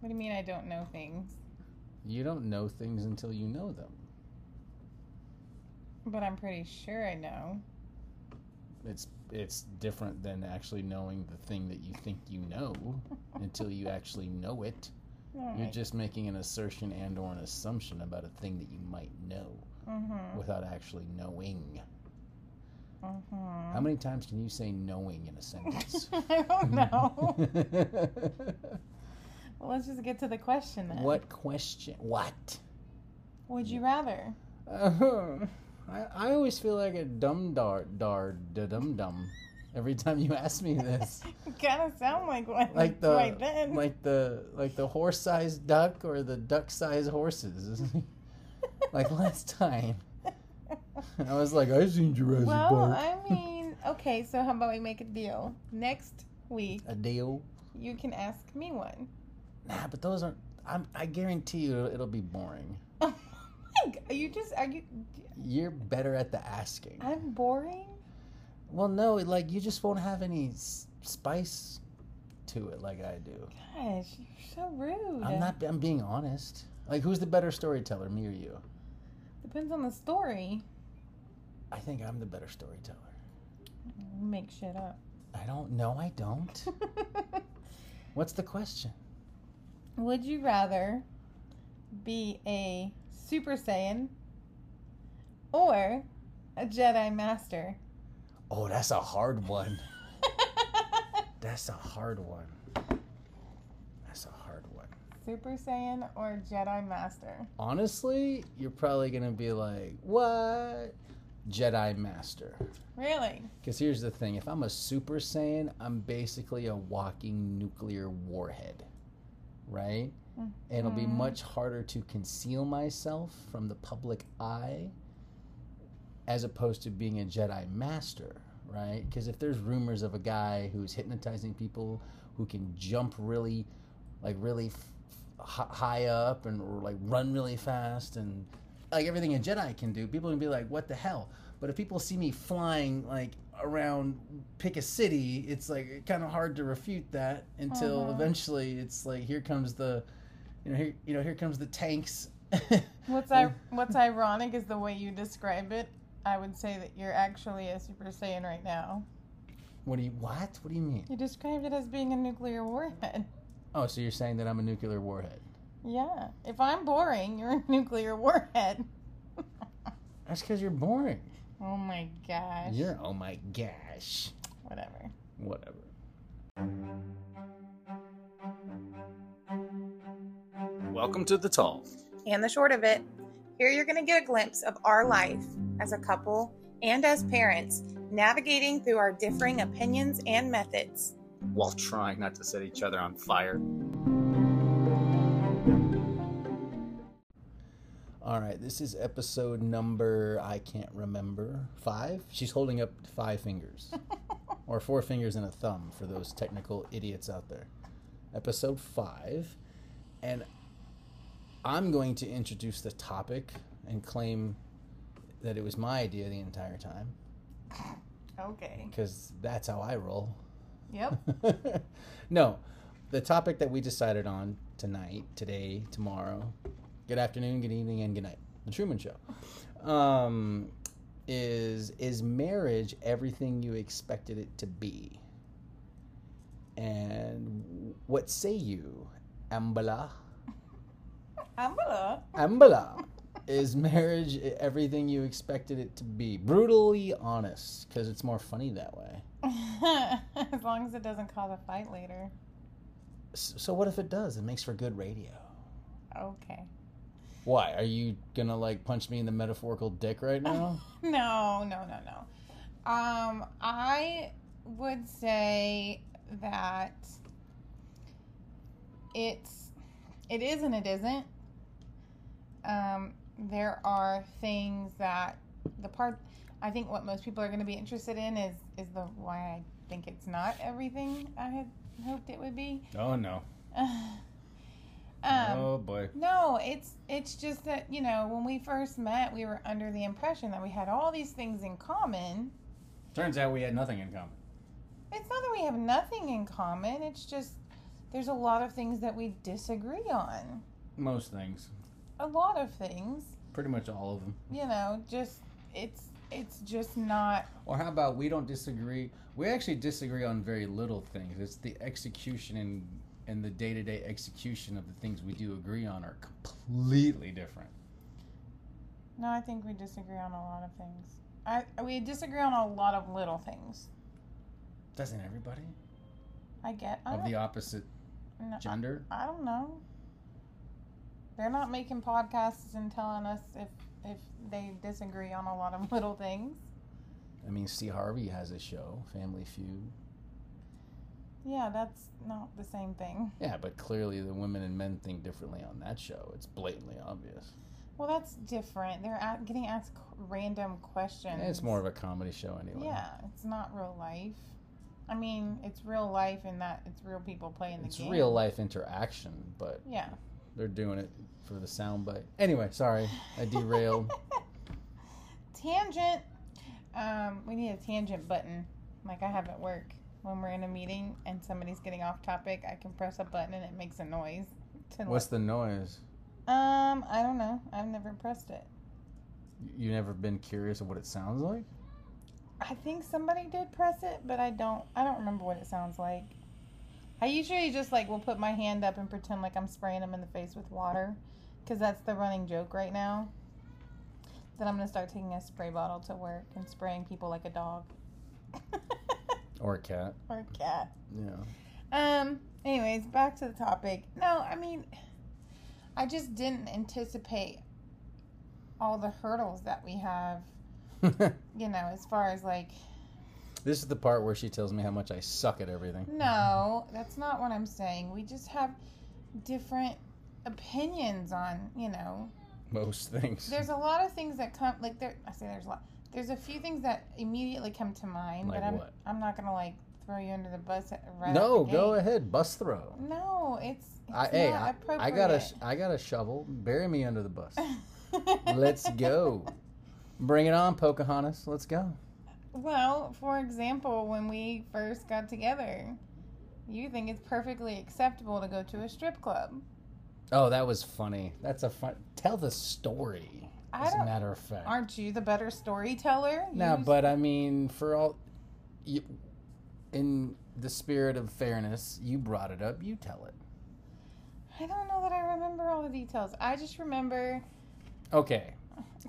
What do you mean I don't know things? You don't know things until you know them. But I'm pretty sure I know. It's it's different than actually knowing the thing that you think you know until you actually know it. You're Alright. just making an assertion and or an assumption about a thing that you might know Mhm. without actually knowing. Mhm. How many times can you say knowing in a sentence? I don't know. well, let's just get to the question then. what question? What? Would you rather? Uh, I, I always feel like a dum dart dard da dum dum every time you ask me this. kind of sound like one. Like the right then. like the like the horse sized duck or the duck sized horses. like last time. I was like, I've seen Jurassic well, Park. I mean, okay. So how about we make a deal? Next week a deal. you can ask me one. Nah, but those aren't. I'm, I guarantee you, it'll be boring. Oh my g- you just are you? You're better at the asking. I'm boring. Well, no, like you just won't have any s- spice to it like I do. Gosh, you're so rude. I'm not. I'm being honest. Like, who's the better storyteller, me or you? Depends on the story. I think I'm the better storyteller. You Make shit up. I don't. No, I don't. What's the question? Would you rather be a Super Saiyan or a Jedi Master? Oh, that's a hard one. That's a hard one. That's a hard one. Super Saiyan or Jedi Master? Honestly, you're probably gonna be like, what? Jedi Master. Really? Because here's the thing: if I'm a Super Saiyan, I'm basically a walking nuclear warhead, right? And it'll be Mhm. much harder to conceal myself from the public eye, as opposed to being a Jedi Master, right? Because if there's rumors of a guy who's hypnotizing people, who can jump really, like really f- f- h- high up and or like run really fast and like everything a Jedi can do, people can be like, "What the hell." But if people see me flying like around pick a city, it's like kind of hard to refute that until Uh-huh. eventually it's like here comes the you know here you know here comes the tanks. What's Oh. I- what's ironic is the way you describe it. I would say that you're actually a Super Saiyan right now. What do you what? What do you mean? You described it as being a nuclear warhead. Oh, so you're saying that I'm a nuclear warhead. Yeah. If I'm boring, you're a nuclear warhead. That's cuz you're boring. oh my gosh. You're oh my gosh. Whatever. Whatever. Welcome to the tall. and the short of it. Here you're going to get a glimpse of our life as a couple and as parents, navigating through our differing opinions and methods. while trying not to set each other on fire. All right, this is episode number I can't remember. 5. She's holding up five fingers or four fingers and a thumb for those technical idiots out there. Episode 5 and I'm going to introduce the topic and claim that it was my idea the entire time Okay. because that's how I roll. Yep. no, the topic that we decided on tonight, today, tomorrow, good afternoon, good evening, and good night, the Truman Show, um, is is marriage everything you expected it to be? And what say you, Ambala? Ambala. Ambala. Is marriage everything you expected it to be? Brutally honest, because it's more funny that way. as long as it doesn't cause a fight later. S- So, what if it does? It makes for good radio. Okay. Why? Are you gonna like punch me in the metaphorical dick right now? No, no, no, no. Um, I would say that it's it is and it isn't. Um, there are things that the part I think what most people are going to be interested in is is the why I think it's not everything I had hoped it would be. oh no. Oh, um, boy. no, it's it's just that, you know, when we first met, we were under the impression that we had all these things in common. Turns out we had nothing in common. It's not that we have nothing in common. It's just there's a lot of things that we disagree on. Most things, A lot of things. pretty much all of them. You know, just it's it's just not Or how about we don't disagree? We actually disagree on very little things. It's the execution and and the day to day execution of the things we do agree on are completely different. no, I think we disagree on a lot of things. I we disagree on a lot of little things. Doesn't everybody I get I of don't, the opposite no, I- gender? I don't know. They're not making podcasts and telling us if if they disagree on a lot of little things. I mean, Steve Harvey has a show, Family Feud. Yeah, that's not the same thing. Yeah, but clearly the women and men think differently on that show. It's blatantly obvious. Well, that's different. They're at, getting asked random questions. And it's more of a comedy show anyway. Yeah, it's not real life. I mean, it's real life in that it's real people playing the It's game. real life interaction, but Yeah. they're doing it for the soundbite. Anyway, sorry, I derailed. tangent. Um, we need a tangent button, like I have at work. When we're in a meeting and somebody's getting off topic, I can press a button and it makes a noise. To What's the noise? let- um, I don't know. I've never pressed it. You never been curious of what it sounds like? I think somebody did press it, but I don't. I don't remember what it sounds like. I usually just like will put my hand up and pretend like I'm spraying them in the face with water, because that's the running joke right now. That I'm gonna start taking a spray bottle to work and spraying people like a dog Or a cat? or a cat. Yeah. Um. Anyways, back to the topic. No, I mean, I just didn't anticipate all the hurdles that we have. You know, as far as like, this is the part where she tells me how much I suck at everything. no, that's not what I'm saying. We just have different opinions on. You know, Most things. there's a lot of things that come. Like there, I say there's a lot. There's a few things that immediately come to mind, Like but I'm what? I'm not gonna like throw you under the bus at- right. no, out the go gate. ahead, bus throw. No, it's, it's I, hey, not I, appropriate. I got a sh- I got a shovel. Bury me under the bus. Let's go. Bring it on, Pocahontas. Let's go. Well, for example, when we first got together, you think it's perfectly acceptable to go to a strip club. Oh, that was funny. That's a fun. Tell the story. I As a don't- matter of fact. Aren't you the better storyteller? No, You- but I mean, for all, you, in the spirit of fairness, you brought it up. You tell it. I don't know that I remember all the details. I just remember. Okay,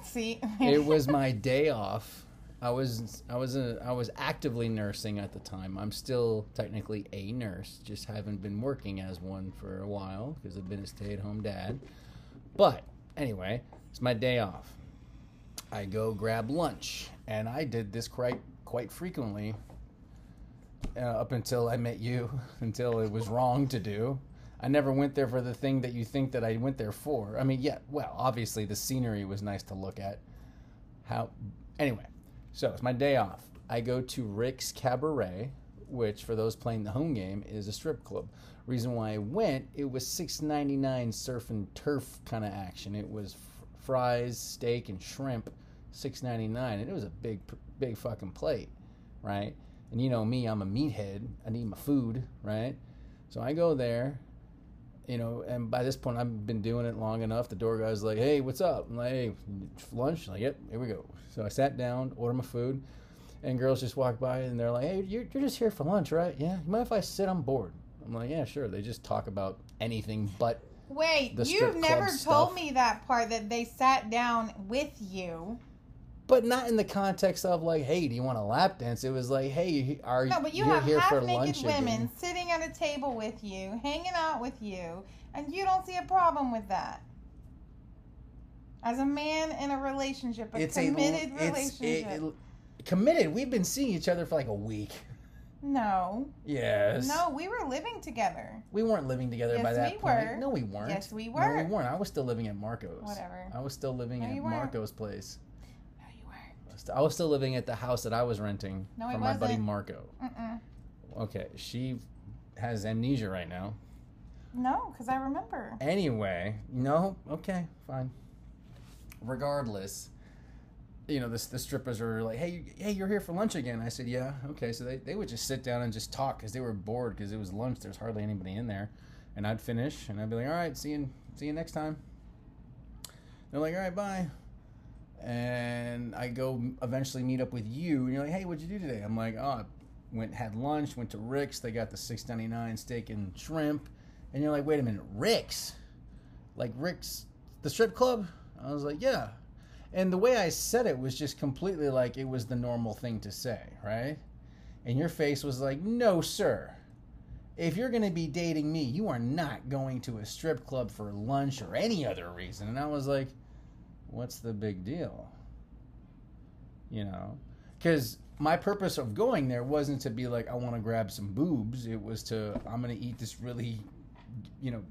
See, it was my day off. I was I was a, I was actively nursing at the time. I'm still technically a nurse, just haven't been working as one for a while because I've been a stay-at-home dad. But anyway, it's my day off. I go grab lunch, and I did this quite quite frequently uh, up until I met you, until it was wrong to do. I never went there for the thing that you think that I went there for. I mean, yeah, well, obviously the scenery was nice to look at. How anyway, so it's my day off. I go to Rick's Cabaret, which for those playing the home game is a strip club. Reason why I went, it was 6.99 surf and turf kind of action. It was f- fries, steak and shrimp, 6.99 and it was a big big fucking plate, right? And you know me, I'm a meathead. I need my food, right? So I go there you know, and by this point, I've been doing it long enough. The door guy's like, "Hey, what's up?" I'm like, "Hey, lunch." like, "Yep, here we go." So I sat down, ordered my food, and girls just walk by and they're like, "Hey, you're, you're just here for lunch, right? Yeah. You mind if I sit? I'm bored." I'm like, "Yeah, sure." They just talk about anything but wait, the strip you've club never stuff. told me that part that they sat down with you. but not in the context of like, "Hey, do you want a lap dance?" It was like, "Hey, are No, but you you're have here for half lunch naked women again?" sitting at a table with you, hanging out with you, and you don't see a problem with that. As a man in a relationship, a committed it's- relationship. it- it- committed. We've been seeing each other for like a week. no, Yes. no, we were living together. We weren't living together Yes, by that we point. were. No, we weren't. Yes, we No, we were. weren't. I was still living at Marco's. Whatever. I was still living No, at you weren't. Marco's place. No, you were. I was st- I was still living at the house that I was renting No, I from my buddy wasn't. Marco. Mm-mm. Okay, she has amnesia right now. No, because I remember. Anyway, no, okay, fine. Regardless, you know, the, the strippers were like, "Hey, you- hey, you're here for lunch again." I said, "Yeah, okay." So they, they would just sit down and just talk because they were bored because it was lunch. There's hardly anybody in there, and I'd finish and I'd be like, "All right, see you see you next time." They're like, "All right, bye." And I go eventually meet up with you, and you're like, "Hey, what'd you do today?" I'm like, "Oh, I went had lunch, went to Rick's. They got the 6.99 steak and shrimp." And you're like, "Wait a minute, Rick's? Like Rick's the strip club?" I was like, "Yeah." And the way I said it was just completely like it was the normal thing to say, right? And your face was like, no, sir. If you're going to be dating me, you are not going to a strip club for lunch or any other reason. And I was like, what's the big deal? You know? Because my purpose of going there wasn't to be like, I want to grab some boobs. It was to, I'm going to eat this really, you know,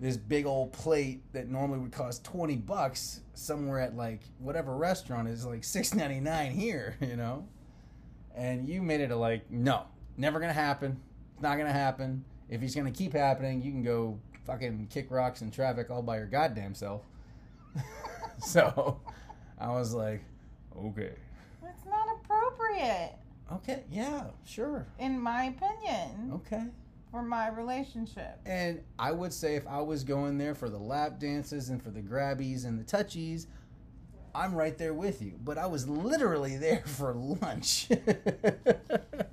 this big old plate that normally would cost 20 bucks somewhere at like whatever restaurant is like 6.99 here you know and you made it a like no never gonna happen it's not gonna happen if it's gonna keep happening you can go fucking kick rocks in traffic all by your goddamn self so i was like okay That's not appropriate, okay yeah sure in my opinion, okay for my relationship. And I would say if I was going there for the lap dances and for the grabbies and the touchies, I'm right there with you. But I was literally there for lunch. Pay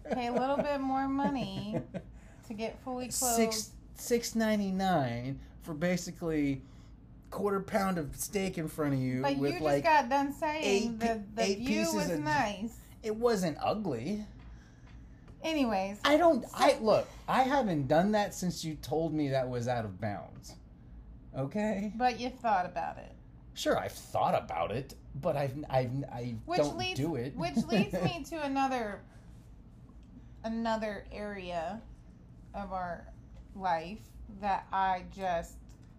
Pay a little bit more money to get fully clothed. Six six ninety nine for basically quarter pound of steak in front of you but you with just like got done eight saying pi- the, the eight view pieces was of- nice. it wasn't ugly. Anyways, I don't. I look. I haven't done that since you told me that was out of bounds. Okay. but you thought about it. Sure, I've thought about it, but I've I've I Which don't leads- do it. Which leads me to another another area of our life that I just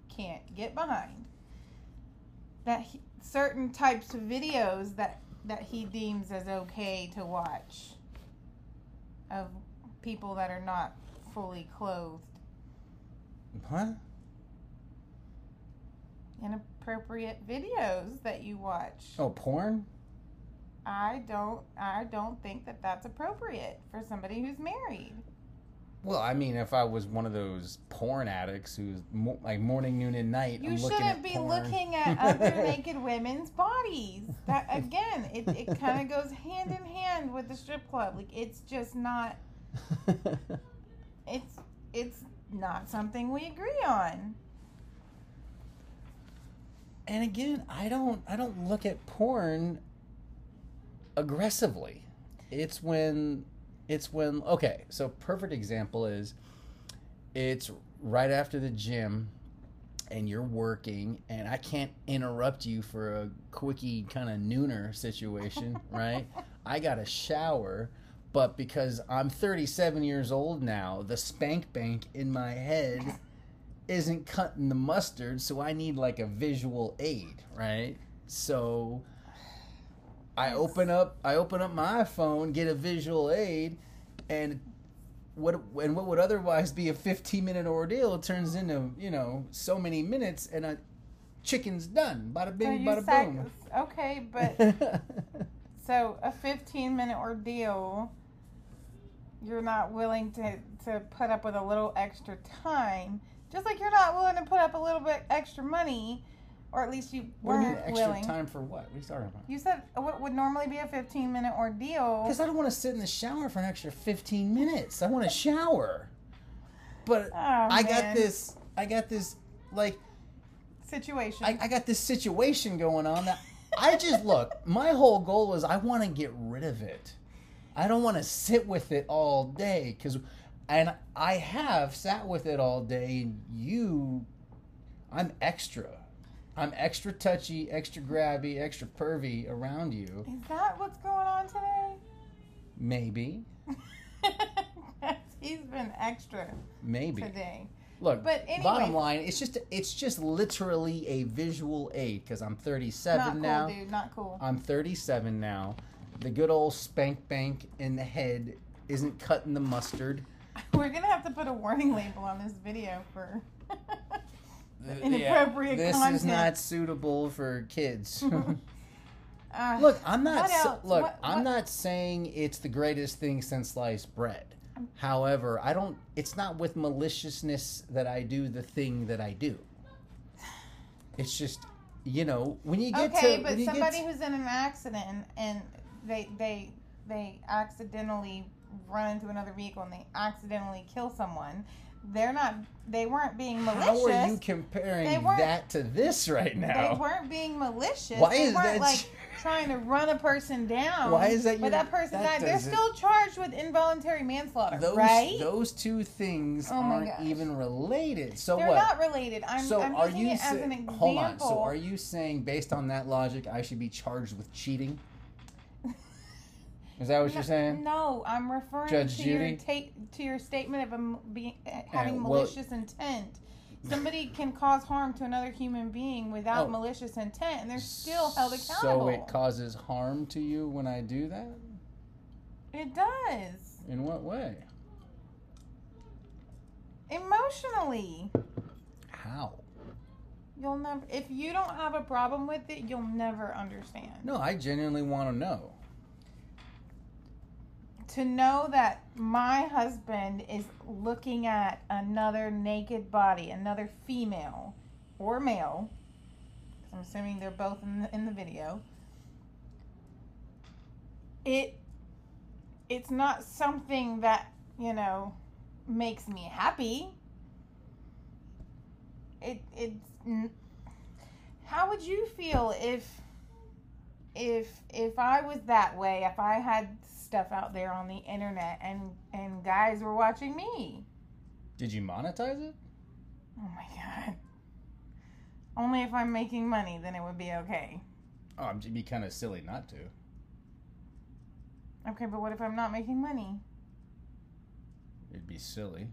can't get behind. That he, certain types of videos that that he deems as okay to watch of people that are not fully clothed, huh? inappropriate videos that you watch. Oh, porn? I don't I don't think that that's appropriate for somebody who's married. Well, I mean, if I was one of those porn addicts who's mo- like morning, noon, and night, You I'm looking shouldn't at be porn. looking at other naked women's bodies. That again, it, it kind of goes hand in hand with the strip club. Like it's just not it's it's not something we agree on. and again, I don't I don't look at porn aggressively. It's when it's when okay, so perfect example is it's right after the gym and you're working and I can't interrupt you for a quickie kind of nooner situation, right? I got to shower, but because I'm 37 years old now, the spank bank in my head isn't cutting the mustard, so I need like a visual aid, right? So I open up I open up my phone, get a visual aid, and what and what would otherwise be a 15 minute ordeal turns into, you know, so many minutes and a chicken's done. Bada So bing, you bada sac- boom. okay, but so a 15 minute ordeal you're not willing to to put up with a little extra time, just like you're not willing to put up a little bit extra money or at least you what do you mean weren't extra willing. time for what? What are you talking about? You said what would normally be a 15 minute ordeal. Because I don't want to sit in the shower for an extra 15 minutes. I want to shower. But Oh, I got man. this. I got this. Like situation. I, I got this situation going on that I just look. My whole goal is I want to get rid of it. I don't want to sit with it all day because, and I have sat with it all day. And you, I'm extra. I'm extra touchy, extra grabby, extra pervy around you. Is that what's going on today? Maybe, He's been extra maybe. today. Look, But anyway- bottom line, it's just it's just literally a visual aid because I'm 37 Not cool, now. dude. Not cool. I'm 37 now. The good old spank bank in the head isn't cutting the mustard. We're gonna have to put a warning label on this video for. Th- Inappropriate This is content. not suitable for kids. Uh, Look, I'm not What sa- else? look, What- I'm what- not saying it's the greatest thing since sliced bread. However, I don't it's not with maliciousness that I do the thing that I do. It's just, you know, when you get okay, to but when you get somebody to- who's in an accident and, and they they they accidentally run into another vehicle and they accidentally kill someone, they're not they weren't being malicious. how are you comparing They weren't- that to this right now? They weren't being malicious. Why they is weren't that- like trying to run a person down. Why is that But your- that person that died. They're doesn't- still charged with involuntary manslaughter, those right? those two things Oh my aren't gosh. even related. So They're what? not related. I'm, so I'm are using you it as sa- an example. hold on? So are you saying based on that logic, I should be charged with cheating? Is that what no, you're saying? No, I'm referring Judge to Judy? your take to your statement of a m- be, eh, having well- malicious intent. Somebody can cause harm to another human being without Oh. malicious intent, and they're still held So accountable. it causes harm to you when I do that? it does In what way? emotionally. How? You'll never. If you don't have a problem with it, you'll never understand. No, I genuinely want to know. To know that my husband is looking at another naked body, another female or male. 'cause I'm assuming they're both in the, in the video. It. It's not something that you know makes me happy. It it's. n- How would you feel if? if if I was that way, if I had stuff out there on the internet and and guys were watching me. Did you monetize it? Oh my god. Only if I'm making money, then it would be okay. Oh, it'd be kind of silly not to. Okay, but what if I'm not making money? It'd be silly.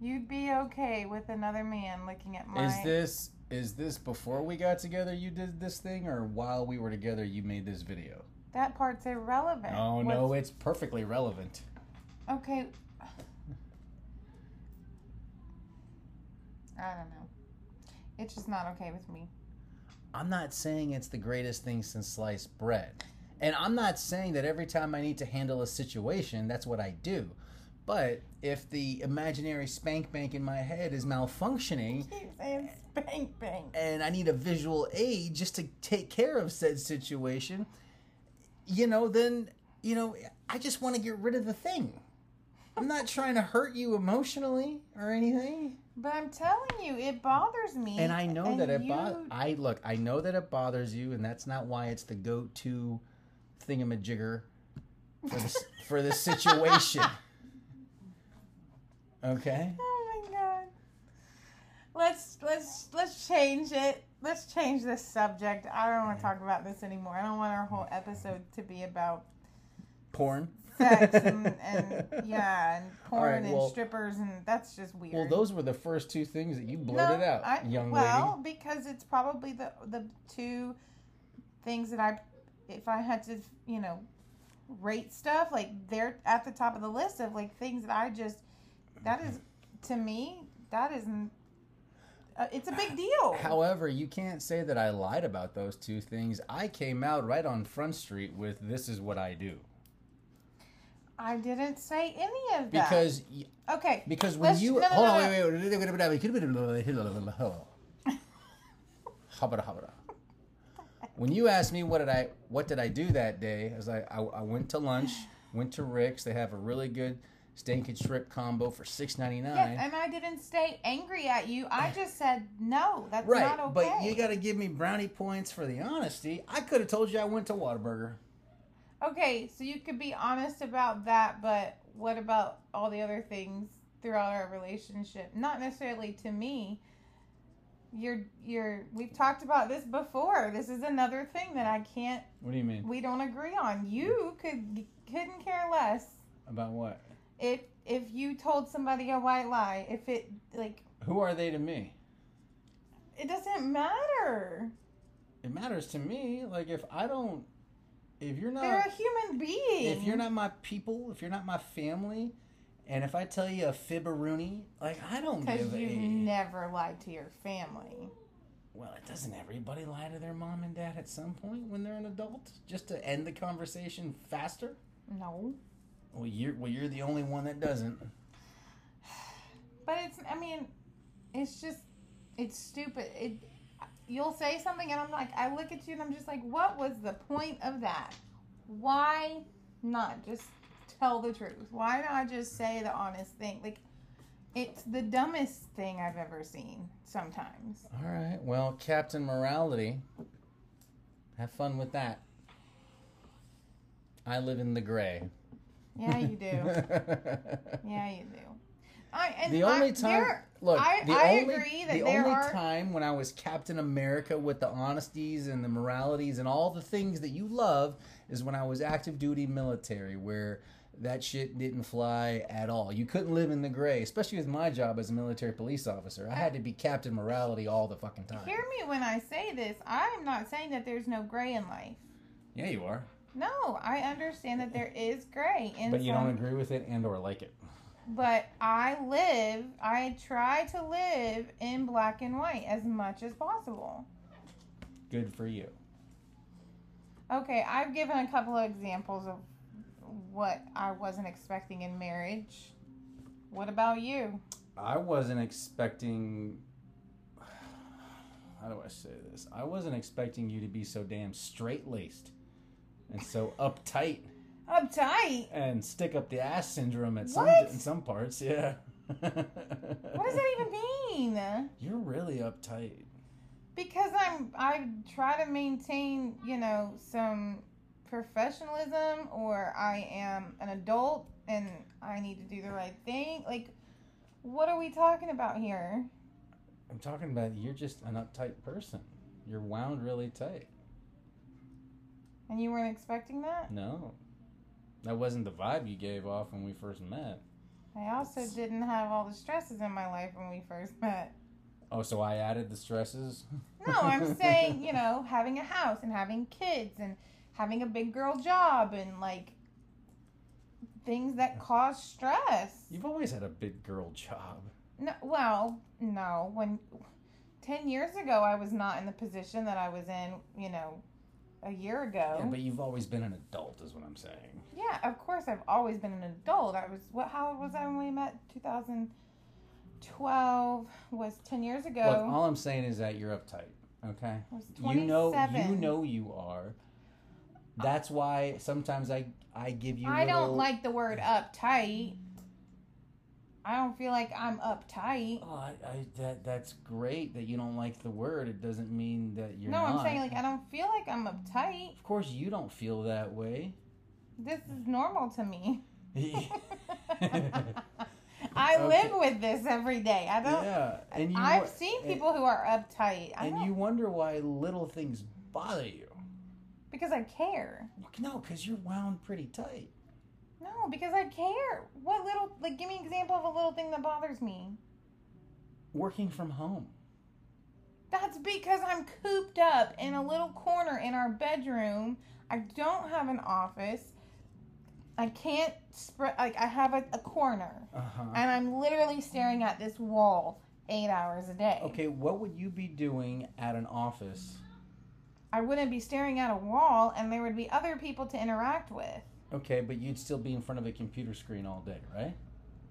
You'd be okay with another man looking at my. Is this is this before we got together you did this thing or while we were together you made this video? that part's irrelevant. Oh no, What's- it's perfectly relevant. Okay. I don't know. It's just not okay with me. I'm not saying it's the greatest thing since sliced bread. And I'm not saying that every time I need to handle a situation, that's what I do. But if the imaginary spank bank in my head is malfunctioning Keep saying spank bang. and I need a visual aid just to take care of said situation, you know, then, you know, I just want to get rid of the thing. I'm not trying to hurt you emotionally or anything. But I'm telling you, it bothers me. And I know that it you- bothers. I look. I know that it bothers you, and that's not why it's the go-to thingamajigger for this for this situation. Okay. Oh my god. Let's let's let's change it. Let's change this subject. I don't want to talk about this anymore. I don't want our whole episode to be about Porn. sex and, and yeah and porn right, well- and strippers and that's just weird. Well, those were the first two things that you blurted out, I- young well, because it's probably the the two things that I, if I had to, you know, rate stuff like they're at the top of the list of like things that I just that is to me that is n- uh, it's a big deal. lady. However, you can't say that I lied about those two things. I came out right on Front Street with "This is what I do" I didn't say any of that because y- okay because when Let's- you no, no, hold no, on, no. wait, wait, wait, Habara, habara. When you asked me what did I what did I do that day, I was like, I, I went to lunch, went to Rick's. They have a really good steak and shrimp combo for six ninety nine. Yes, and I didn't stay angry at you. I just said no. That's right, not okay. but you got to give me brownie points for the honesty. I could have told you I went to Whataburger. Okay, so you could be honest about that, but what about all the other things throughout our relationship? Not necessarily to me. You're you're we've talked about this before. This is another thing that I can't What do you mean we don't agree on. You could couldn't care less about what? if if you told somebody a white lie. If it like Who are they to me? it doesn't matter. It matters to me. Like if I don't, if you're not, They're a human being. if you're not my people, if you're not my family, and if I tell you a fibberoonie, like I don't because give a. you've never lied to your family. well, it doesn't everybody lie to their mom and dad at some point when they're an adult just to end the conversation faster? No. Well, you're well, you're the only one that doesn't. But it's, I mean, it's just, it's stupid. It, you'll say something, and I'm like, I look at you, and I'm just like, what was the point of that? Why not just tell the truth? Why not just say the honest thing? Like, it's the dumbest thing I've ever seen sometimes. All right. Well, Captain Morality, have fun with that. I live in the gray. Yeah, you do. yeah, you do. I, and the only I, time there- look I- the I only, agree that the there only are- time when i was captain america with the honesties and the moralities and all the things that you love is when i was active duty military where that shit didn't fly at all you couldn't live in the gray especially with my job as a military police officer i had to be captain morality all the fucking time hear me when I say this. I'm not saying that there's no gray in life. yeah you are No, I understand that there is gray in but you some don't agree with it and or like it but I live, I try to live in black and white as much as possible. good for you Okay, I've given a couple of examples of what I wasn't expecting in marriage. What about you? I wasn't expecting. How do I say this? I wasn't expecting you to be so damn straight laced and so uptight Uptight. and stick up the ass syndrome at some What? in some parts. Yeah. What does that even mean? You're really uptight. Because I'm I try to maintain, you know, some professionalism or I am an adult and I need to do the right thing. Like what are we talking about here? I'm talking about you're just an uptight person. You're wound really tight. And you weren't expecting that? No. That wasn't the vibe you gave off when we first met. I also It's- didn't have all the stresses in my life when we first met. Oh, so I added the stresses? No, I'm saying, you know, having a house and having kids and having a big girl job and like things that cause stress. You've always had a big girl job. No, well, no. When 10 years ago, I was not in the position that I was in, you know, a year ago. Yeah, but you've always been an adult, is what I'm saying. Yeah, of course. I've always been an adult. I was what? How old was I when we met? 2012 was 10 years ago. Look, all I'm saying is that you're uptight. Okay. I was You 27. know, you know you are. That's why sometimes I I give you. I little- don't like the word uptight. I don't feel like I'm uptight. Oh, I, I, that that's great that you don't like the word. It doesn't mean that you're no, not. I'm saying like I don't feel like I'm uptight. Of course, you don't feel that way. This is normal to me. I Okay. live with this every day. I don't. yeah, and you. I've wa- seen and- people who are uptight. I and don't, you wonder why little things bother you. because I care. No, because you're wound pretty tight. No, because I care. What little like give me an example of a little thing that bothers me. Working from home. That's because I'm cooped up in a little corner in our bedroom. I don't have an office. I can't spread like I have a, a corner Uh huh. and I'm literally staring at this wall 8 hours a day. Okay, what would you be doing at an office? I wouldn't be staring at a wall and there would be other people to interact with. Okay, but you'd still be in front of a computer screen all day, right?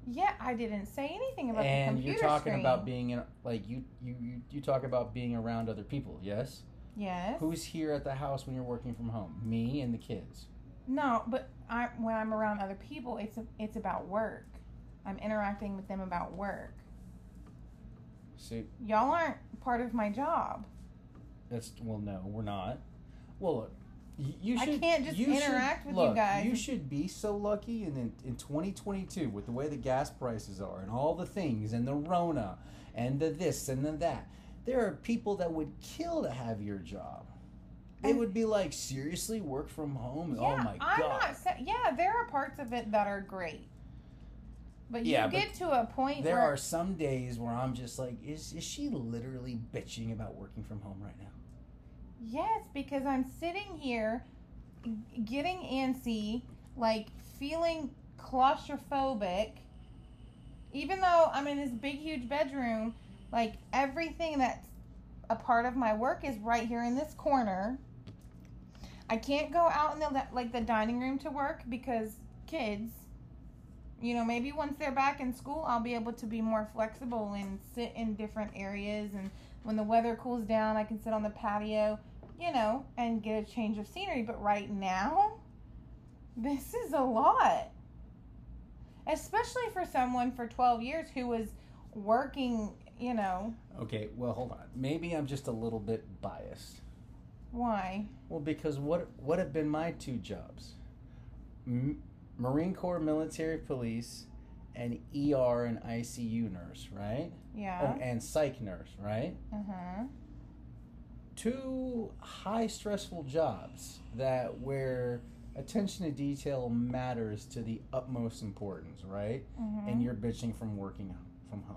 Yeah, I didn't say anything about the and computer you're talking screen. about being in, like you, you you you talk about being around other people, yes? Yes. Who's here at the house when you're working from home? Me and the kids. No, but I when I'm around other people, it's it's about work. I'm interacting with them about work. So Y'all aren't part of my job. that's well, no, we're not. Well, look, y- you I should. can't just you should- interact with you look, guys. You should be so lucky, and in, in 2022, with the way the gas prices are, and all the things, and the Rona, and the this, and the that, there are people that would kill to have your job. They And- would be like, seriously, work from home? Yeah, oh my I'm god! not. Sa- yeah, there are parts of it that are great, but you Yeah, but get to a point there where are some days where I'm just like, is is she literally bitching about working from home right now? yes, because I'm sitting here, g- getting antsy, like feeling claustrophobic, even though I'm in this big huge bedroom. Like everything that's a part of my work is right here in this corner. I can't go out in the like the dining room to work because kids. You know, maybe once they're back in school, I'll be able to be more flexible and sit in different areas. And when the weather cools down, I can sit on the patio, you know, and get a change of scenery. But right now, this is a lot. Especially for someone for 12 years who was working, you know, Okay, well, hold on. Maybe I'm just a little bit biased. why? Well, because what what have been my two jobs? M- Marine Corps, military police, and ER and ICU nurse, right? Yeah. Oh, and psych nurse, right? Uh huh. Two high stressful jobs that where attention to detail matters to the utmost importance, right? Uh-huh. Mm-hmm. And you're bitching from working from home.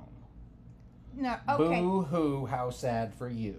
No, okay. Boo hoo, how sad for you.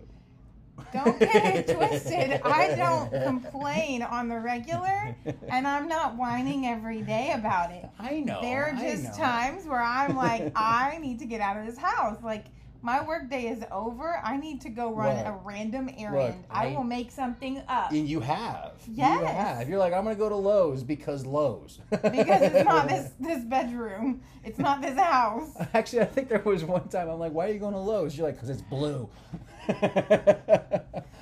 Don't get it twisted. I don't complain on the regular, and I'm not whining every day about it. I know. there are Oh, I just know. times where I'm like, I need to get out of this house. Like, my workday is over. I need to go run Look, a random errand. I, I- E- will make something up And you have. You Yes. have. You're like, I'm going to go to Lowe's because Lowe's. because it's not this this bedroom. It's not this house. Actually, I think there was one time I'm like, why are you going to Lowe's? You're like, because it's blue.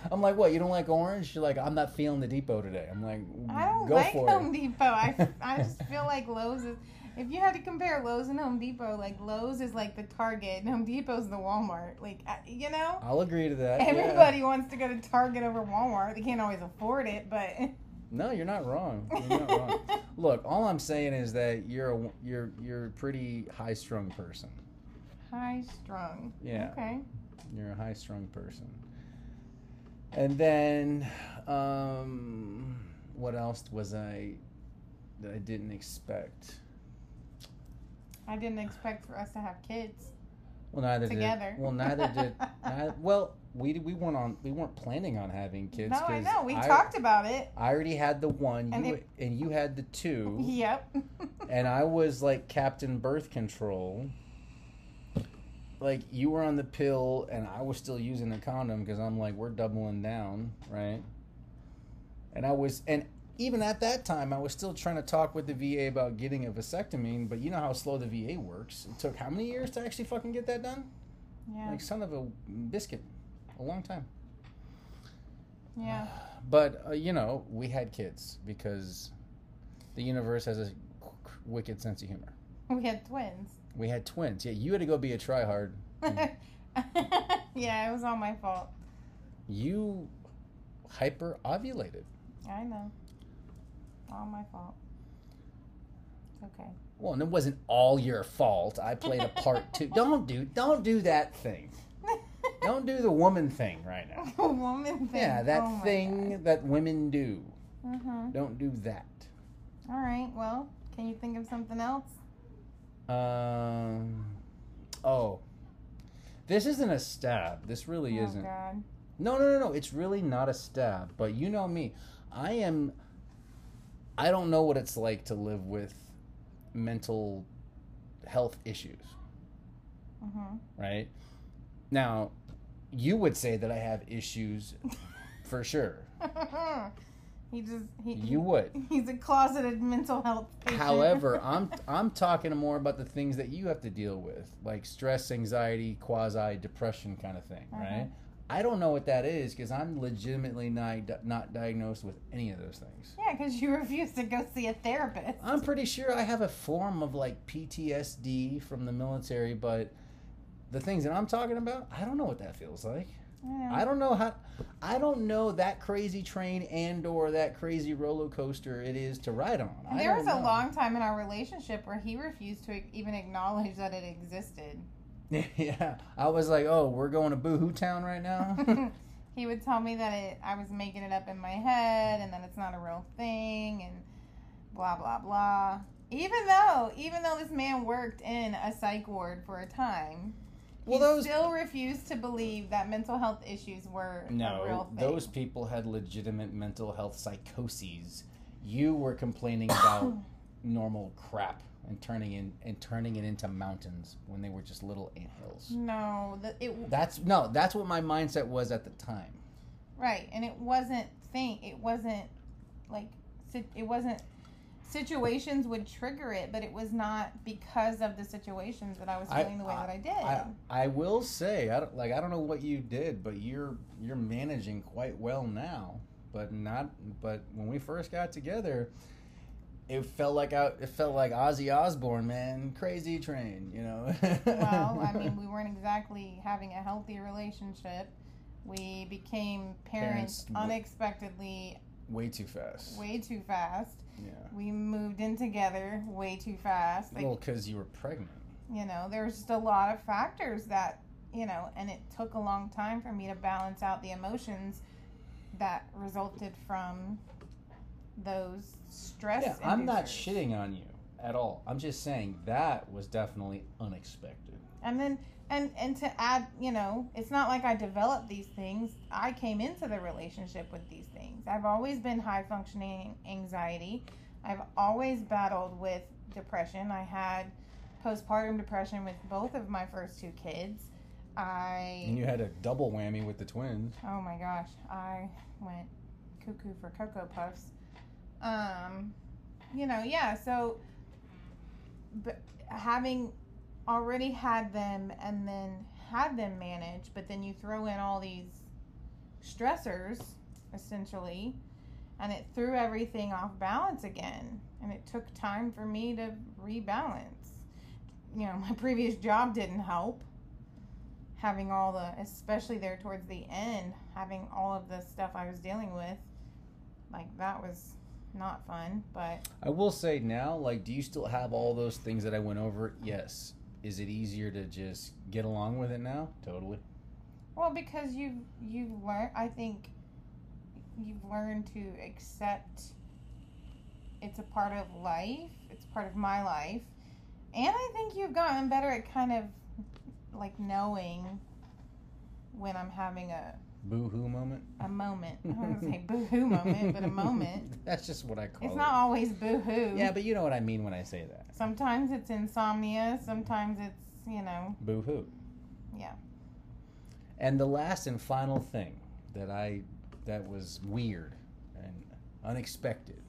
I'm like, what? You don't like orange? You're like, I'm not feeling the depot today. I'm like, I don't go like for Home it. Depot. I, I just feel like Lowe's is. If you had to compare Lowe's and Home Depot, like Lowe's is like the Target and Home Depot's the Walmart. Like, I- you know? I'll agree to that. yeah. Everybody wants to go to Target over Walmart. They can't always afford it, but. No, you're not wrong. You're not wrong. Look, all I'm saying is that you're a, you're you're a pretty high strung person. High strung. Yeah. Okay. You're a high strung person. And then, um, what else was I that I didn't expect? I didn't expect for us to have kids. Well, neither Together. did. Well, neither did. neither, well, we we weren't on. We weren't planning on having kids. no, I 'cause know. We I, talked about it. I already had the one, And you, it- and you had the two, Yep. and I was like Captain Birth Control. Like you were on the pill, and I was still using the condom because I'm like, we're doubling down, right? And I was, and even at that time, I was still trying to talk with the VA about getting a vasectomy. But you know how slow the VA works. It took how many years to actually fucking get that done? yeah. like son of a biscuit a long time Yeah. but uh, you know we had kids because the universe has a wicked sense of humor We had twins. we had twins yeah you had to go be a tryhard Mm. yeah, it was all my fault. you hyper ovulated I know. All my fault. It's okay. well and it wasn't all your fault i played a part too don't do don't do that thing don't do the woman thing right now A woman thing. yeah that Oh my thing that women do God. Mhm. don't do that All right. Well, can you think of something else? um oh this isn't a stab this really oh isn't God. No, no, no, no. It's really not a stab. But you know me. I am. I don't know what it's like to live with mental health issues, Mhm. right? Now, you would say that I have issues Mm-hmm. for sure. he just he. You would. He's a closeted mental health patient. However, I'm I'm talking more about the things that you have to deal with, like stress, anxiety, quasi depression kind of thing, right? I don't know what that is because I'm legitimately not not diagnosed with any of those things. yeah, because you refuse to go see a therapist. I'm pretty sure I have a form of like PTSD from the military, but the things that I'm talking about, I don't know what that feels like. Yeah. I don't know how I don't know that crazy train and or that crazy roller coaster it is to ride on. I there was don't a know. long time in our relationship where he refused to even acknowledge that it existed. Yeah. I was like, "Oh, we're going to Boohoo Town right now?" he would tell me that it, I was making it up in my head and that it's not a real thing and blah blah blah. Even though, even though this man worked in a psych ward for a time, well, he those still refused to believe that mental health issues were a real No, thing. those people had legitimate mental health psychoses. You were complaining about normal crap, and turning in and turning it into mountains when they were just little anthills. No, the, it That's no, that's what my mindset was at the time. right, and it wasn't thing. It wasn't like si- it wasn't situations would trigger it, but it was not because of the situations that I was I- feeling the way that I did. I, I will say, I don't, like I don't know what you did, but you're you're managing quite well now. But not, but when we first got together, it felt like I, it felt like Ozzy Osbourne, man, Crazy Train, you know. well, I mean, we weren't exactly having a healthy relationship. We became parents Parents w- unexpectedly, way too fast. way too fast. Yeah, We moved in together way too fast. Like, well, because you were pregnant. you know, there was just a lot of factors that, you know, and it took a long time for me to balance out the emotions that resulted from those stress. Yeah, I'm not inducers. shitting on you at all. I'm just saying that was definitely unexpected. and then and and to add you know it's not like i developed these things i came into the relationship with these things i've always been high functioning anxiety i've always battled with depression i had postpartum depression with both of my first two kids i And you had a double whammy with the twins. oh my gosh i went cuckoo for cocoa puffs um you know yeah so but having already had them and then had them managed but then you throw in all these stressors essentially and it threw everything off balance again and it took time for me to rebalance you know my previous job didn't help having all the especially there towards the end having all of the stuff i was dealing with like that was not fun but I will say now, like, do you still have all those things that I went over? Yes. Is it easier to just get along with it now? Totally. Well, because you've you've learned, I think you've learned to accept it's a part of life. It's part of my life, and I think you've gotten better at kind of like knowing when I'm having a Boo hoo moment. a moment. I don't want to say boohoo moment, but a moment. That's just what I call It's it. not always boohoo. yeah, but you know what I mean when I say that. Sometimes it's insomnia. Sometimes it's you know. Boo hoo. Yeah. And the last and final thing that I that was weird and unexpected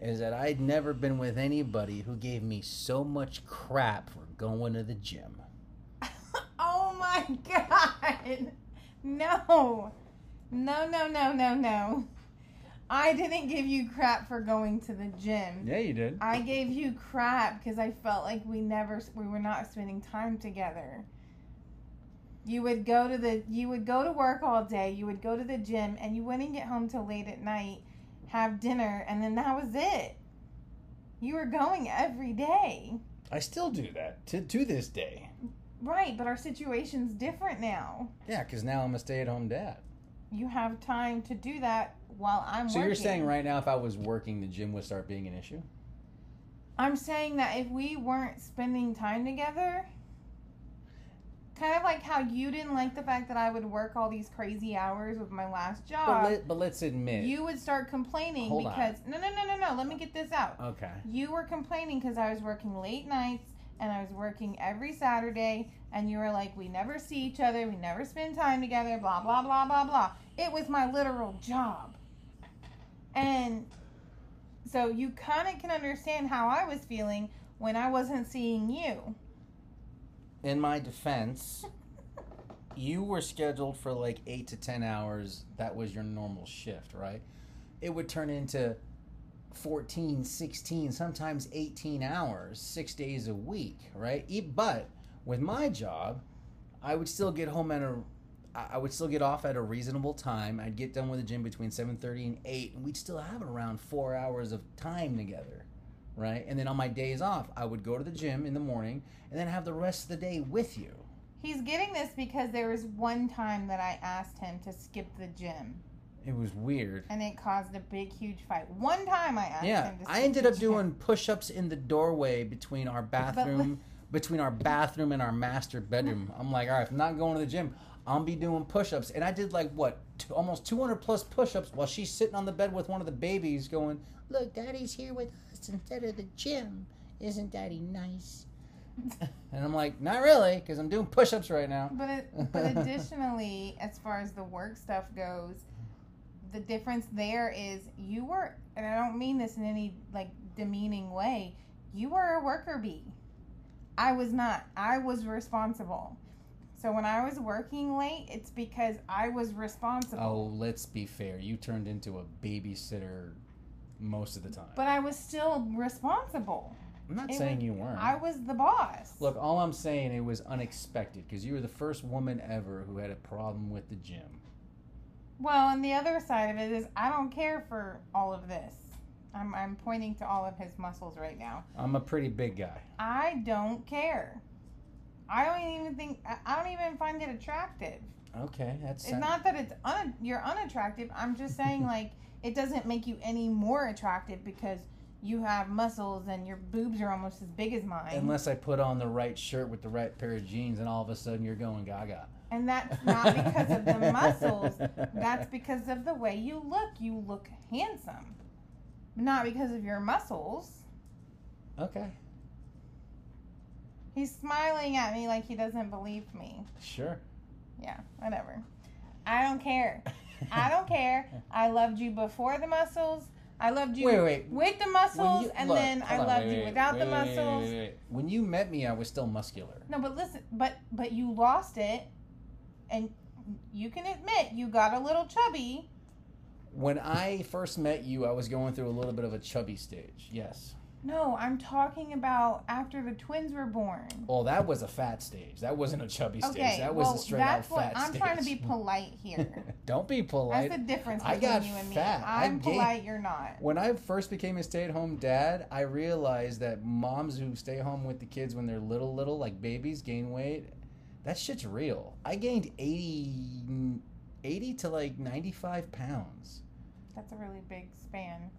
is that I'd never been with anybody who gave me so much crap for going to the gym. oh my god. No. No, no, no, no, no. I didn't give you crap for going to the gym. Yeah, you did. I gave you crap because I felt like we never we were not spending time together. You would go to the you would go to work all day, you would go to the gym and you wouldn't get home till late at night, have dinner and then that was it. You were going every day. I still do that to to this day. Right, but our situation's different now. Yeah, because now I'm a stay-at-home dad. you have time to do that while I'm So working. you're saying right now, if I was working, the gym would start being an issue? I'm saying that if we weren't spending time together, kind of like how you didn't like the fact that I would work all these crazy hours with my last but, job, let, but let's admit. Uh, you would start complaining Hold on. because no, no, no, no, no. Let me get this out. okay. You were complaining because I was working late nights and I was working every Saturday, and you were like, "We never see each other, we never spend time together." Blah blah blah blah blah. It was my literal job, and so you kind of can understand how I was feeling when I wasn't seeing you. In my defense, you were scheduled for like eight to ten hours. That was your normal shift, right? It would turn into 14, 16, sometimes 18 hours, six days a week, right? E- But with my job, I would still get home at a I I would still get off at a reasonable time. I'd get done with the gym between 7:30 and 8 and we'd still have around 4 hours of time together, right? And then on my days off, I would go to the gym in the morning and then have the rest of the day with you. He's getting this because there was one time that I asked him to skip the gym, It was weird. and it caused a big, huge fight. One time I asked Yeah, him to skip I ended the up gym. doing push-ups in the doorway between our bathroom, between our bathroom and our master bedroom. I'm like, all right, if I'm not going to the gym, I'll be doing push-ups. And I did like what, t- almost 200 plus push-ups while she's sitting on the bed with one of the babies, going, "Look, Daddy's here with us instead of the gym. isn't daddy nice? and I'm like, not really, because I'm doing push-ups right now. But it, but additionally, as far as the work stuff goes, the difference there is you were, and I don't mean this in any like demeaning way. You were a worker bee. I was not. I was responsible. So when I was working late, it's because I was oh, responsible. let's be fair. You turned into a babysitter most of the time. But I was still responsible. I'm not it saying was- you weren't. I was the boss. Look, all I'm saying it was unexpected because you were the first woman ever who had a problem with the gym. Well, and the other side of it is I don't care for all of this. I'm, I'm pointing to all of his muscles right now. I'm a pretty big guy. I don't care. I don't even think I- I don't even find it attractive. Okay, that's It's not that it's un, you're unattractive. I'm just saying like it doesn't make you any more attractive because you have muscles and your boobs are almost as big as mine. unless I put on the right shirt with the right pair of jeans, and all of a sudden you're going gaga. and that's not because of the muscles. That's because of the way you look. You look handsome. Not because of your muscles. okay. He's smiling at me like he doesn't believe me. Sure. Yeah, whatever. I don't care. I don't care. I loved you before the muscles. I loved you Wait, wait. with the When muscles, you- and look, then I hold on, loved wait, you wait, without the wait, wait, wait, muscles. wait, wait. When you met me, I was still muscular. No, but listen, but but you lost it, and you can admit you got a little chubby. When I first met you, I was going through a little bit of a chubby stage. Yes. No, I'm talking about after the twins were born. Oh, that was a fat stage. That wasn't a chubby stage. Okay, that was well, a straight that's out what fat I'm stage. trying to be polite here. Don't be polite. That's the difference I between got you and me. fat. I I'm gained- polite, you're not. When I first became a stay-at-home dad, I realized that moms who stay home with the kids when they're little, little, like babies, gain weight. That shit's real. I gained 80, 80 to like 95 pounds. That's a really big span.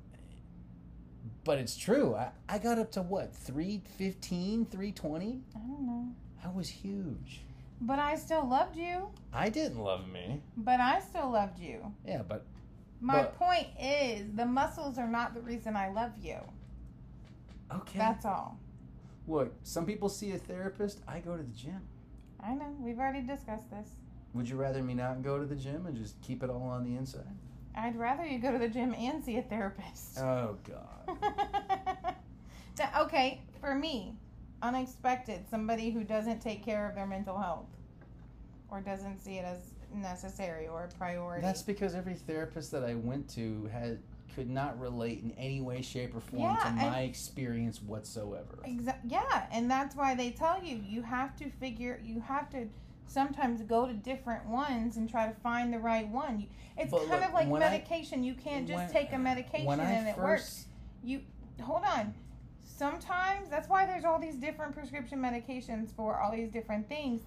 But it's true. I, I got up to what, 315, 320? I don't know. I was huge. But I still loved you. I didn't love me. But I still loved you. Yeah, but My But- point is, the muscles are not the reason I love you. okay. That's all. Look, some people see a therapist. I go to the gym. I know. We've already discussed this. Would you rather me not go to the gym and just keep it all on the inside? I'd rather you go to the gym and see a therapist. Oh God. Now, okay, for me, unexpected. Somebody who doesn't take care of their mental health or doesn't see it as necessary or a priority. That's because every therapist that I went to had could not relate in any way, shape, or form to Yeah, my experience whatsoever. Exa- yeah, and that's why they tell you you have to figure, you have to sometimes go to different ones and try to find the right one. You, it's But kind look, of like when I- medication. you can't just when- take a medication when I and it first, works. Hold on. Sometimes that's why there's all these different prescription medications for all these different things.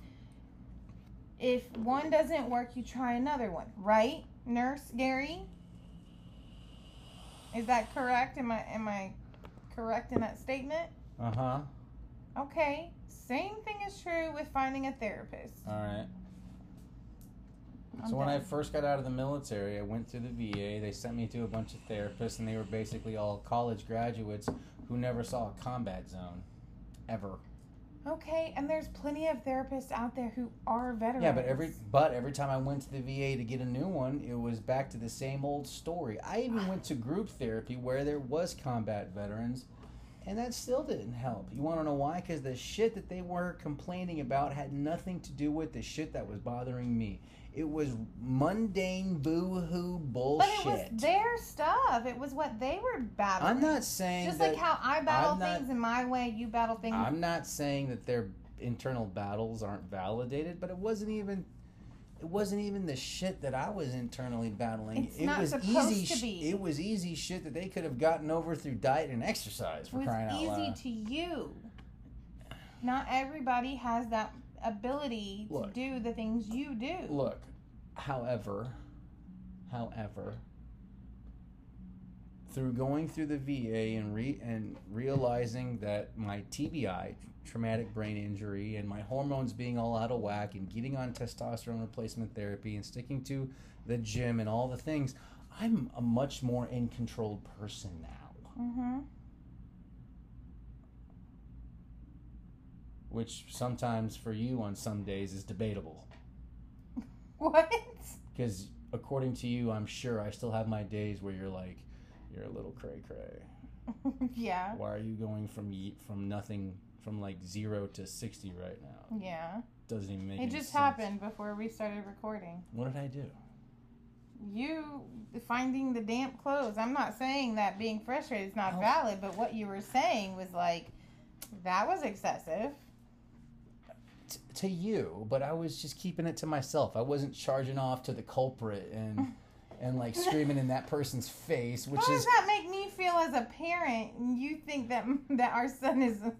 If one doesn't work, you try another one, right? Nurse Gary? Is that correct? Am I am I correct in that statement? Uh huh. All Okay, same thing is true with finding a therapist. right. I'm So when I done. first got out of the military, I went through the VA. They sent me to a bunch of therapists, and they were basically all college graduates who never saw a combat zone, ever. Okay, and there's plenty of therapists out there who are veterans. Yeah, but every but every time I went to the VA to get a new one, it was back to the same old story. I even went to group therapy where there was combat veterans, and that still didn't help. You want to know why? Because the shit that they were complaining about had nothing to do with the shit that was bothering me. It was mundane boo-hoo but bullshit. it was their stuff. It was what they were battling. I'm not saying just that, like how I battle I'm not- things in my way, you battle things. I'm not saying that their internal battles aren't validated, but it wasn't even it wasn't even the shit that I was internally battling. It's it not was supposed easy to sh- be. it was easy shit that they could have gotten over through diet and exercise it for was crying out easy loud. to you. Not everybody has that ability to Look. do the things you do. Look, however, however, through going through the VA and re and realizing that my TBI, traumatic brain injury, and my hormones being all out of whack, and getting on testosterone replacement therapy, and sticking to the gym and all the things, I'm a much more in controlled person now. Mm-hmm. which sometimes for you on some days is debatable. What? Because according to you, I'm sure I still have my days where you're like, you're a little cray cray. yeah. Why are you going from ye- from nothing from like zero to sixty right now? Yeah. Doesn't even make. It any just sense. happened before we started recording. What did I do? You finding the damp clothes. I'm not saying that being frustrated is not Oh. valid, but what you were saying was like, that was excessive. T- to you, but I was just keeping it to myself. I wasn't charging off to the culprit and and like screaming in that person's face, which How is does that make me feel as a parent? You think that that our son is a,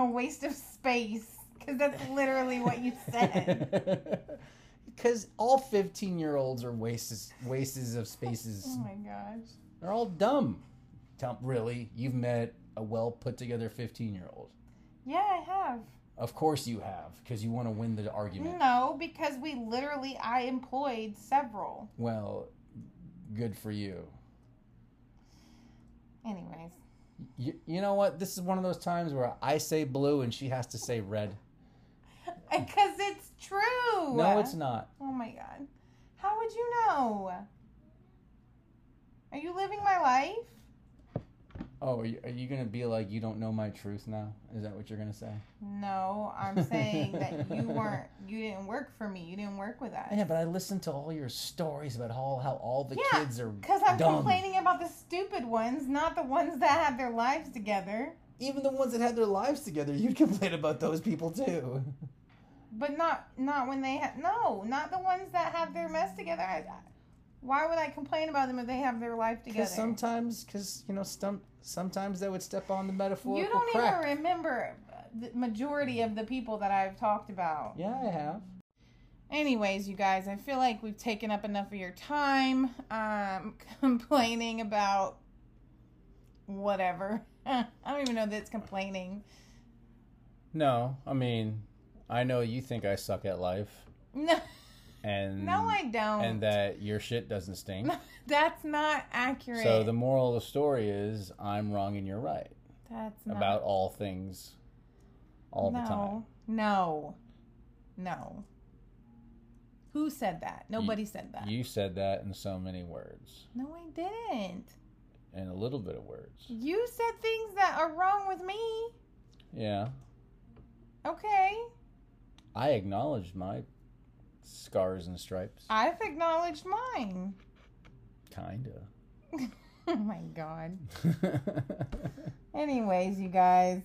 a waste of space because that's literally what you said. Because all 15 year olds are wastes, wastes of spaces. oh my gosh. They're all dumb. Tell, really, you've met a well put together 15 year old. Yeah, I have. Of course you have, because you want to win the argument. No, because we literally I employed several. Well, good for you. Anyways, you. You know what? This is one of those times where I say blue and she has to say red. because it's true. No, it's not. Oh my god. How would you know? Are you living my life? Oh, are you, are you going to be like, you don't know my truth now? Is that what you're going to say? No, I'm saying that you weren't. You didn't work for me. You didn't work with us. Yeah, but I listened to all your stories about how, how all the Yeah, kids are Because I'm dumb. complaining about the stupid ones, not the ones that have their lives together. Even the ones that had their lives together, you'd complain about those people too. But not not when they have no, not the ones that have their mess together. I, I, why would I complain about them if they have their life together? Because sometimes, because you know, stum- sometimes they would step on the you metaphorical don't crack. even remember the majority of the people that I've talked about. yeah, I have. Anyways, you guys, I feel like we've taken up enough of your time um, complaining about whatever. I don't even know that's complaining. No, I mean, I know you think I suck at life, No, and no, I don't. Mm, and that your shit doesn't stink. That's not accurate. so the moral of the story is, I'm wrong and you're right That's not about all things, all no, the time. No, no. Who said that? Nobody said that. You said that in so many words, no, I didn't. in a little bit of words. You said things that are wrong with me. Yeah. Okay, I acknowledged my scars and stripes. I've acknowledged mine. Kinda. oh my god. Anyways, you guys.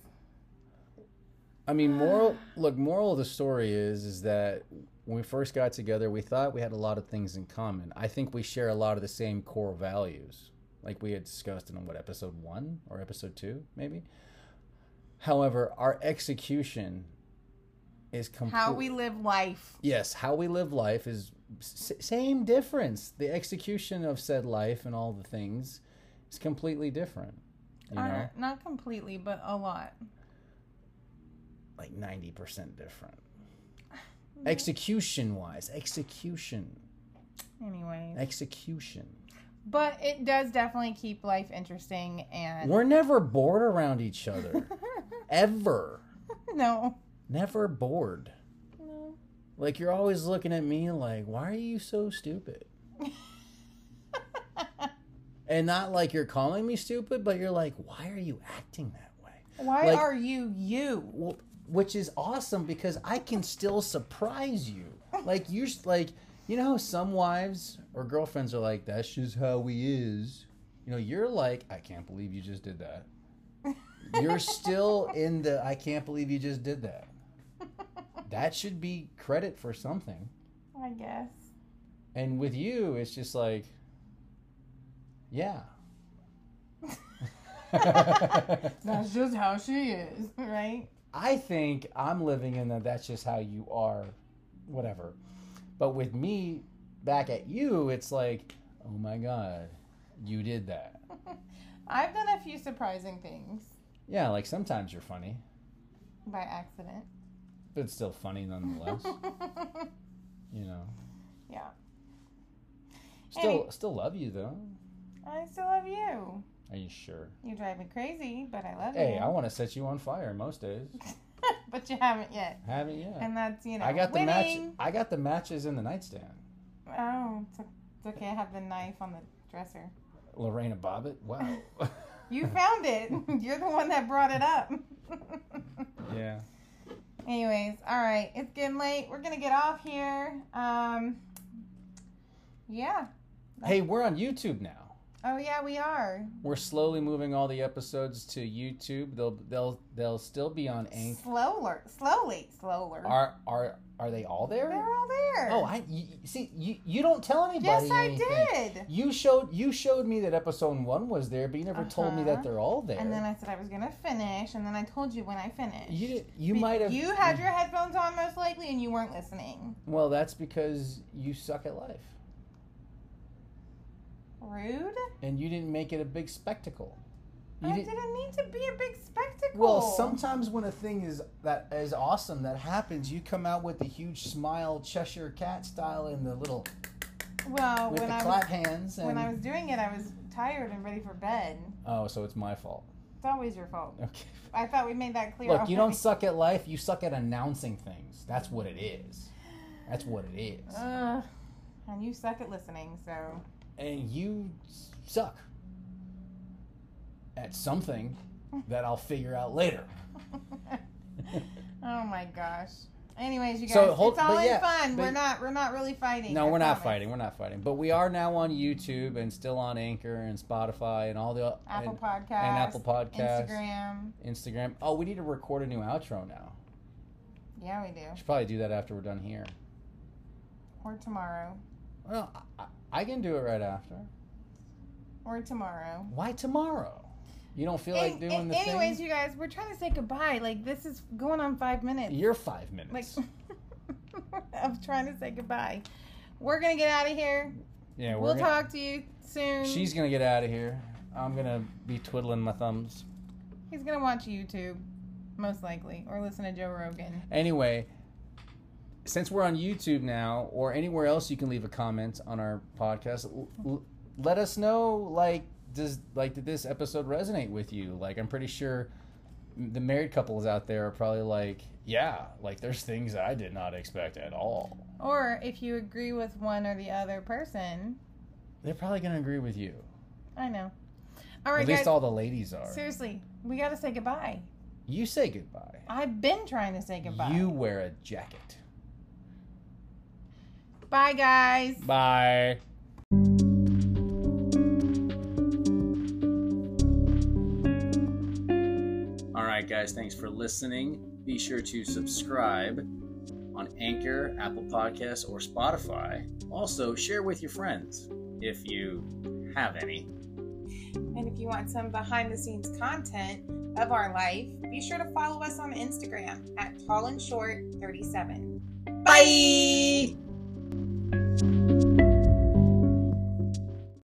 I mean, moral. Look, moral of the story is is that when we first got together, we thought we had a lot of things in common. I think we share a lot of the same core values, like we had discussed in what episode one or episode two, maybe. However, our execution is complete. How we live life. Yes, how we live life is s- same difference. The execution of said life and all the things is completely different. You know, Are, not completely, but a lot. like ninety percent different. Execution wise, execution, Anyways. execution. But it does definitely keep life interesting and. We're never bored around each other, ever. no. Never bored. No. Like you're always looking at me like, why are you so stupid? And not like you're calling me stupid, but you're like, why are you acting that way? Why Like- are you you? Well, which is awesome because I can still surprise you. Like you, like you know, how some wives or girlfriends are like, "That's just how we is." You know, you're like, "I can't believe you just did that." You're still in the "I can't believe you just did that." That should be credit for something. I guess. And with you, it's just like, yeah. That's just how she is, right? I think I'm living in that that's just how you are, whatever. But with me back at you, it's like, oh my God, you did that. I've done a few surprising things Yeah, like sometimes you're funny, by accident. but it's still funny nonetheless. you know, yeah. still Any- still love you though. I still love you. Are you sure? You drive me crazy, but I love Hey, you. I want to set you on fire most days. but you haven't yet. Haven't yet. And that's you know Uh, I got the match. winning. I got the matches in the nightstand. Oh, it's, it's okay. I have the knife on the dresser. Lorena Bobbitt. Wow. You found it. You're the one that brought it up. yeah. Anyways, all right. It's getting late. We're gonna get off here. Um. Yeah. Hey, we're on YouTube now. Oh yeah, we are. We're slowly moving all the episodes to YouTube. They'll they'll they'll still be on Anchor. Slower, slowly, slower. Are are are they all there? They're all there. Oh, I you, you- see you you don't tell anybody. yes, I anything. did. You showed you showed me that episode one was there, but you never told me Uh-huh. that they're all there. And then I said I was gonna finish, and then I told you when I finished. you did- you Be- might have You had your headphones on most likely, and you weren't listening. Well, that's because you suck at life, Rude. and you didn't make it a big spectacle. You I didn't- didn't need to be a big spectacle. Well, sometimes when a thing is that is awesome that happens, you come out with the huge smile, Cheshire cat style, and the little Well, with Oh, when the I was clap hands. And, when I was doing it, I was tired and ready for bed. oh, so it's my fault. It's always your fault. Okay. I thought we made that clear. Look, you don't already. suck at life. You suck at announcing things. That's what it is. That's what it is. Ugh. and you suck at listening, so and you suck at something that I'll figure out later. oh my gosh. Anyways, you guys, So, hold- it's all in but yeah, fun. but- We're not, we're not really fighting. No, I we're not promise. fighting. We're not fighting. But we are now on YouTube and still on Anchor and Spotify and all the Apple and, Podcast, and Apple Podcasts, Instagram. Instagram. Oh, we need to record a new outro now. Yeah, we do. We should probably do that after we're done here. Or tomorrow. Well, I, I can do it right after. Or tomorrow. Why tomorrow? You don't feel like And- doing and the anyways, thing? you guys, we're trying to say goodbye. Like this is going on five minutes. You're five Like minutes. I'm trying to say goodbye. We're gonna get out of here. yeah, we're We'll gonna- talk to you soon. She's gonna get out of here. I'm gonna be twiddling my thumbs. He's gonna watch YouTube, most likely, or listen to Joe Rogan. Anyway, since we're on YouTube now or anywhere else, you can leave a comment on our podcast. L- l- let us know, like, does like did this episode resonate with you? Like, I'm pretty sure the married couples out there are probably like, yeah, like there's things I did not expect at all. Or if you agree with one or the other person. They're probably gonna agree with you. I know. All right, at least guys. all the ladies are. seriously, we gotta say goodbye. You say goodbye. I've been trying to say goodbye. You wear a jacket. Bye, guys. Bye. All right, guys, thanks for listening. Be sure to subscribe on Anchor, Apple Podcasts, or Spotify. Also, share with your friends if you have any. And if you want some behind the scenes content of our life, be sure to follow us on Instagram at Tall and Short 37. Bye!